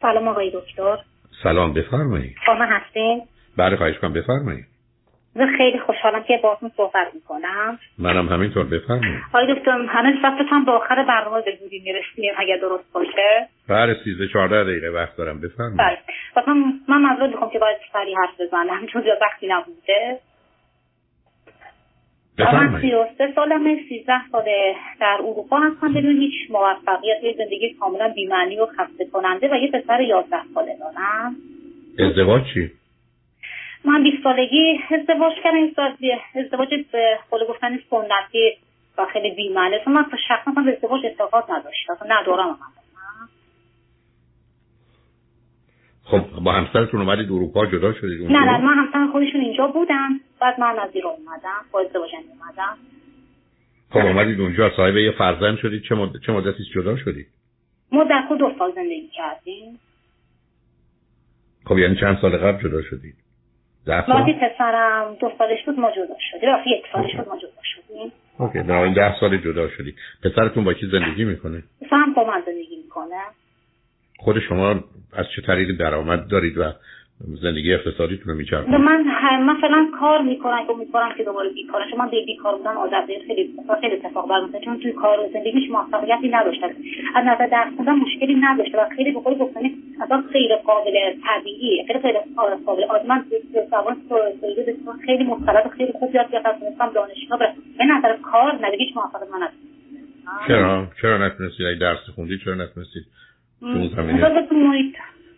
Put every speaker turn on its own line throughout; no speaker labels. سلام آقای دکتر
سلام بفرمایید
با من هستین
بله خواهش کنم بفرمایید
من خیلی خوشحالم که باهاتون صحبت میکنم
منم همینطور بفرمایید
آقای دکتر هنوز وقتتون به آخر برنامه زندگی میرسیم اگر درست باشه
بله 13 14 دقیقه وقت دارم بفرمایید
بله پس من من معذرت میخوام که باید سریع حرف بزنم چون زیاد وقتی نبوده بله. من
بفرمایید
33 سالمه 13 ساله در اروپا هستم بدون هیچ موفقیت یه زندگی کاملا بیمعنی و خسته کننده و یه پسر 11 ساله دارم
ازدواج چی
من 20 سالگی ازدواج کردم این سال- ازدواج به قول گفتن سنتی و خیلی بیمعنی اصلا من شخصا من به ازدواج اعتقاد نداشتم اصلا ندارم من
خب با همسرتون اومدید اروپا جدا شدید
نه نه
اونجا؟
من همسر خودشون اینجا بودن بعد من از ایران اومدم با ازدواجم اومدم
خب اومدید اونجا صاحب یه فرزند شدید چه, مد... چه مدتی جدا شدید
ما در کل دو سال زندگی کردیم
خب یعنی چند سال قبل جدا شدید ده
وقتی
سال
پسرم دو سالش بود ما جدا شدیم وقتی یک سالش بود ما جدا شدیم
اوکی در این ده سال جدا شدید پسرتون با کی زندگی میکنه
هم با من زندگی میکنه
خود شما از چه طریقی درآمد دارید و زندگی اقتصادیتون رو
به
میچرخونید
من ه- مثلا کار میکنن که امیدوارم که دوباره بیکار چون من به بیکار بودن عادت دارم. خیلی خیلی اتفاق برمیفته چون توی کار و زندگیش موفقیتی نداشته از نظر درس خوندن مشکلی نداشته و خیلی به قول گفتنی اصلا غیر قابل طبیعی خیلی غیر قابل آز من زبان سوئیلی بسیار خیلی مختلف و خیلی خوب یاد گرفتم تونستم دانشگاه برم به نظر کار زندگیش موفق من نداشت
چرا چرا نتونستید اگه درس خوندید چرا نتونستید تو اون زمینه؟
خب،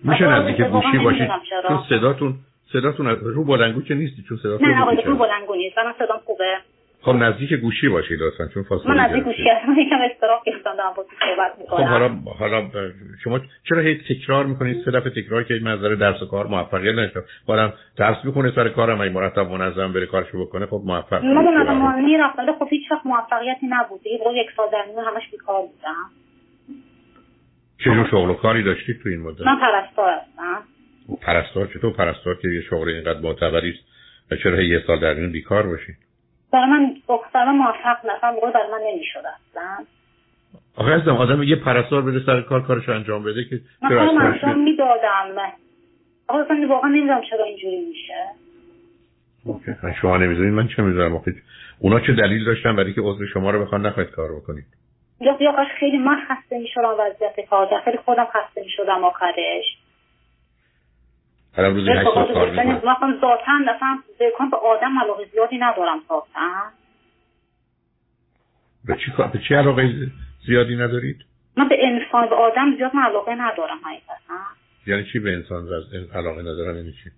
میشه
میشه
نزدیک گوشی باشید چون صداتون صداتون از- رو بلنگو که نیستی چون صداتون
نه نه آقای
رو
دکتر
گوشه.
بلنگو نیست من صدام خوبه
خب نزدیک گوشی باشید لطفا چون فاصله
من از این
گرفتید.
گوشی هستم یکم استراحت گرفتم دارم با تو صحبت
خب حالا
میکنم
حالا ب- شما چرا هی تکرار میکنید سه دفعه تکرار که من از نظر درس و کار موفقیت نشدم بارم درس میکنه سر کارم این مرتب منظم بره کارشو بکنه خب موفق
من
میشه.
منظم مانی رفتم ولی خب هیچ وقت موفقیتی نبوده یه یک سال در میون همش بیکار بودم
چه جور شغل و کاری داشتید تو این مدت
من پرستار هستم
پرستار چطور پرستار که یه شغل اینقدر معتبری است و چرا هی یه سال در میون بیکار باشید
برای من برای من موفق نشدم بقول برای من نمیشد اصلا
آخه عزیزم آدم یه پرستار بره سر کار کارش انجام بده که
من
چرا از
خودم
کارش
انجام
بیاد؟
میدادم آقا اصلا واقعا نمیدونم چرا اینجوری میشه
اوکی. شما نمیدونید من چه میدونم آخه اونا چه دلیل داشتن برای که عضو شما رو بخوان نخواید کار بکنید
یا یا کاش خیلی من خسته میشدم وضعیت کار خیلی خودم خسته میشدم آخرش خب،
هر روزی 8 ساعت کار میکنید
مثلا ذاتاً مثلا بکن به آدم علاقه زیادی ندارم ذاتاً
به چی کار به چی علاقه زیادی ندارید
من به انسان به آدم زیاد من علاقه ندارم حقیقتا
یعنی چی به انسان ز- علاقه ندارن یعنی چی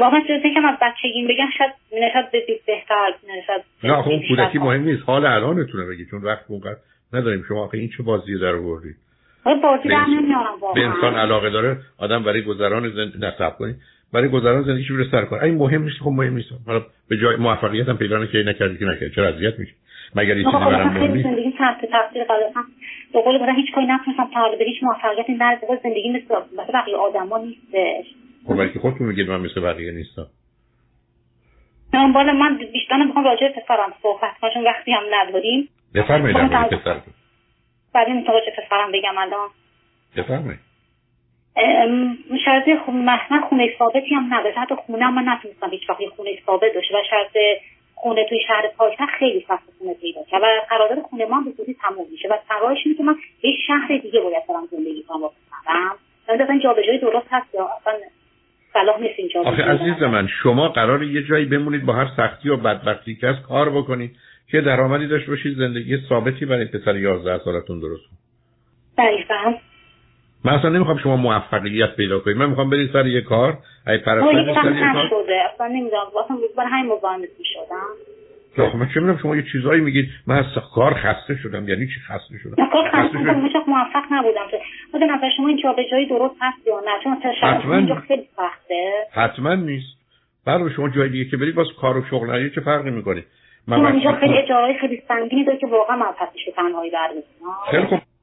واقعا چیزی که من از بچگیم بگم شاید نشد به بهتر نشد
نه آخه اون کودکی مهم نیست حال الانتون رو بگید چون وقت اونقدر نداریم شما آخه این چه بازی در آوردید
بازی
به
در
انسان-
نمیارم
به
واقعا
انسان علاقه داره آدم برای گذران زندگی نصب کنید برای گذران زندگیش بره سر کار این مهم نیست خب مهم نیست حالا به جای موفقیت هم پیدا نکردی نکردی که نکردی چرا اذیت میشه مگر این
آقا،
چیزی
آقا،
برام
من
مهم
خیلی
نیست
زندگی تحت تاثیر قرار دادم. به قول بودن هیچ کاری نتونستم تحال به هیچ موفقیت نرسه باز زندگی مثل مثل بقیه آدما نیستش
خب برای که خودتون میگید من مثل بقیه نیستم
من بالا من بیشتر میخوام راجع به پسرم صحبت کنم چون وقتی هم نداریم
بفرمایید
خب،
در مورد
بله.
پسرتون
بعد میتونم راجع به پسرم بگم الان
بفرمایید
ام، شرط خون- من خونه ثابتی هم نداشت حتی خونه هم من نتونستم هیچ وقت یه خونه ثابت داشته و شرط خونه توی شهر پاکستان خیلی سخت خونه پیدا کرد و قرارداد خونه ما هم به زودی تموم میشه و سراغش اینه که من به یه شهر دیگه باید برم زندگی کنم با پسرم و اصلا جابجایی درست هست یا اصلا صلاح نیست اینجا
آخه عزیز من شما قرار یه جایی بمونید با هر سختی و بدبختی که از کار بکنید که درآمدی داشته باشید زندگی ثابتی برای پسر 11 سالتون درست کنید.
دقیقاً
من اصلا نمیخوام شما موفقیت پیدا کنید من میخوام برید سر یه کار ای
ما
پرستاری
یک
سر
سخت
یه
هم
کار
شده اصلا نمیدونم اصلا برای همین مزاحمت میشدم
آخه من چه میدونم شما یه چیزایی میگید من از کار خسته شدم یعنی چی خسته شدم
نه، کار
خسته
خسته بودم
شدم
هیچ وقت موفق نبودم که خود نظر شما این جابجایی درست هست یا نه چون اصلا شهر
حتماً.
اینجا خیلی سخته
حتما نیست بله شما جای دیگه که برید باز کار و شغل نداری چه فرقی میکنه من
چون اینجا
وقتی خب،
خیلی اجاره خیلی سنگینی داره که واقعا من پسش به تنهایی برمیدونم
خیلی خب، خوب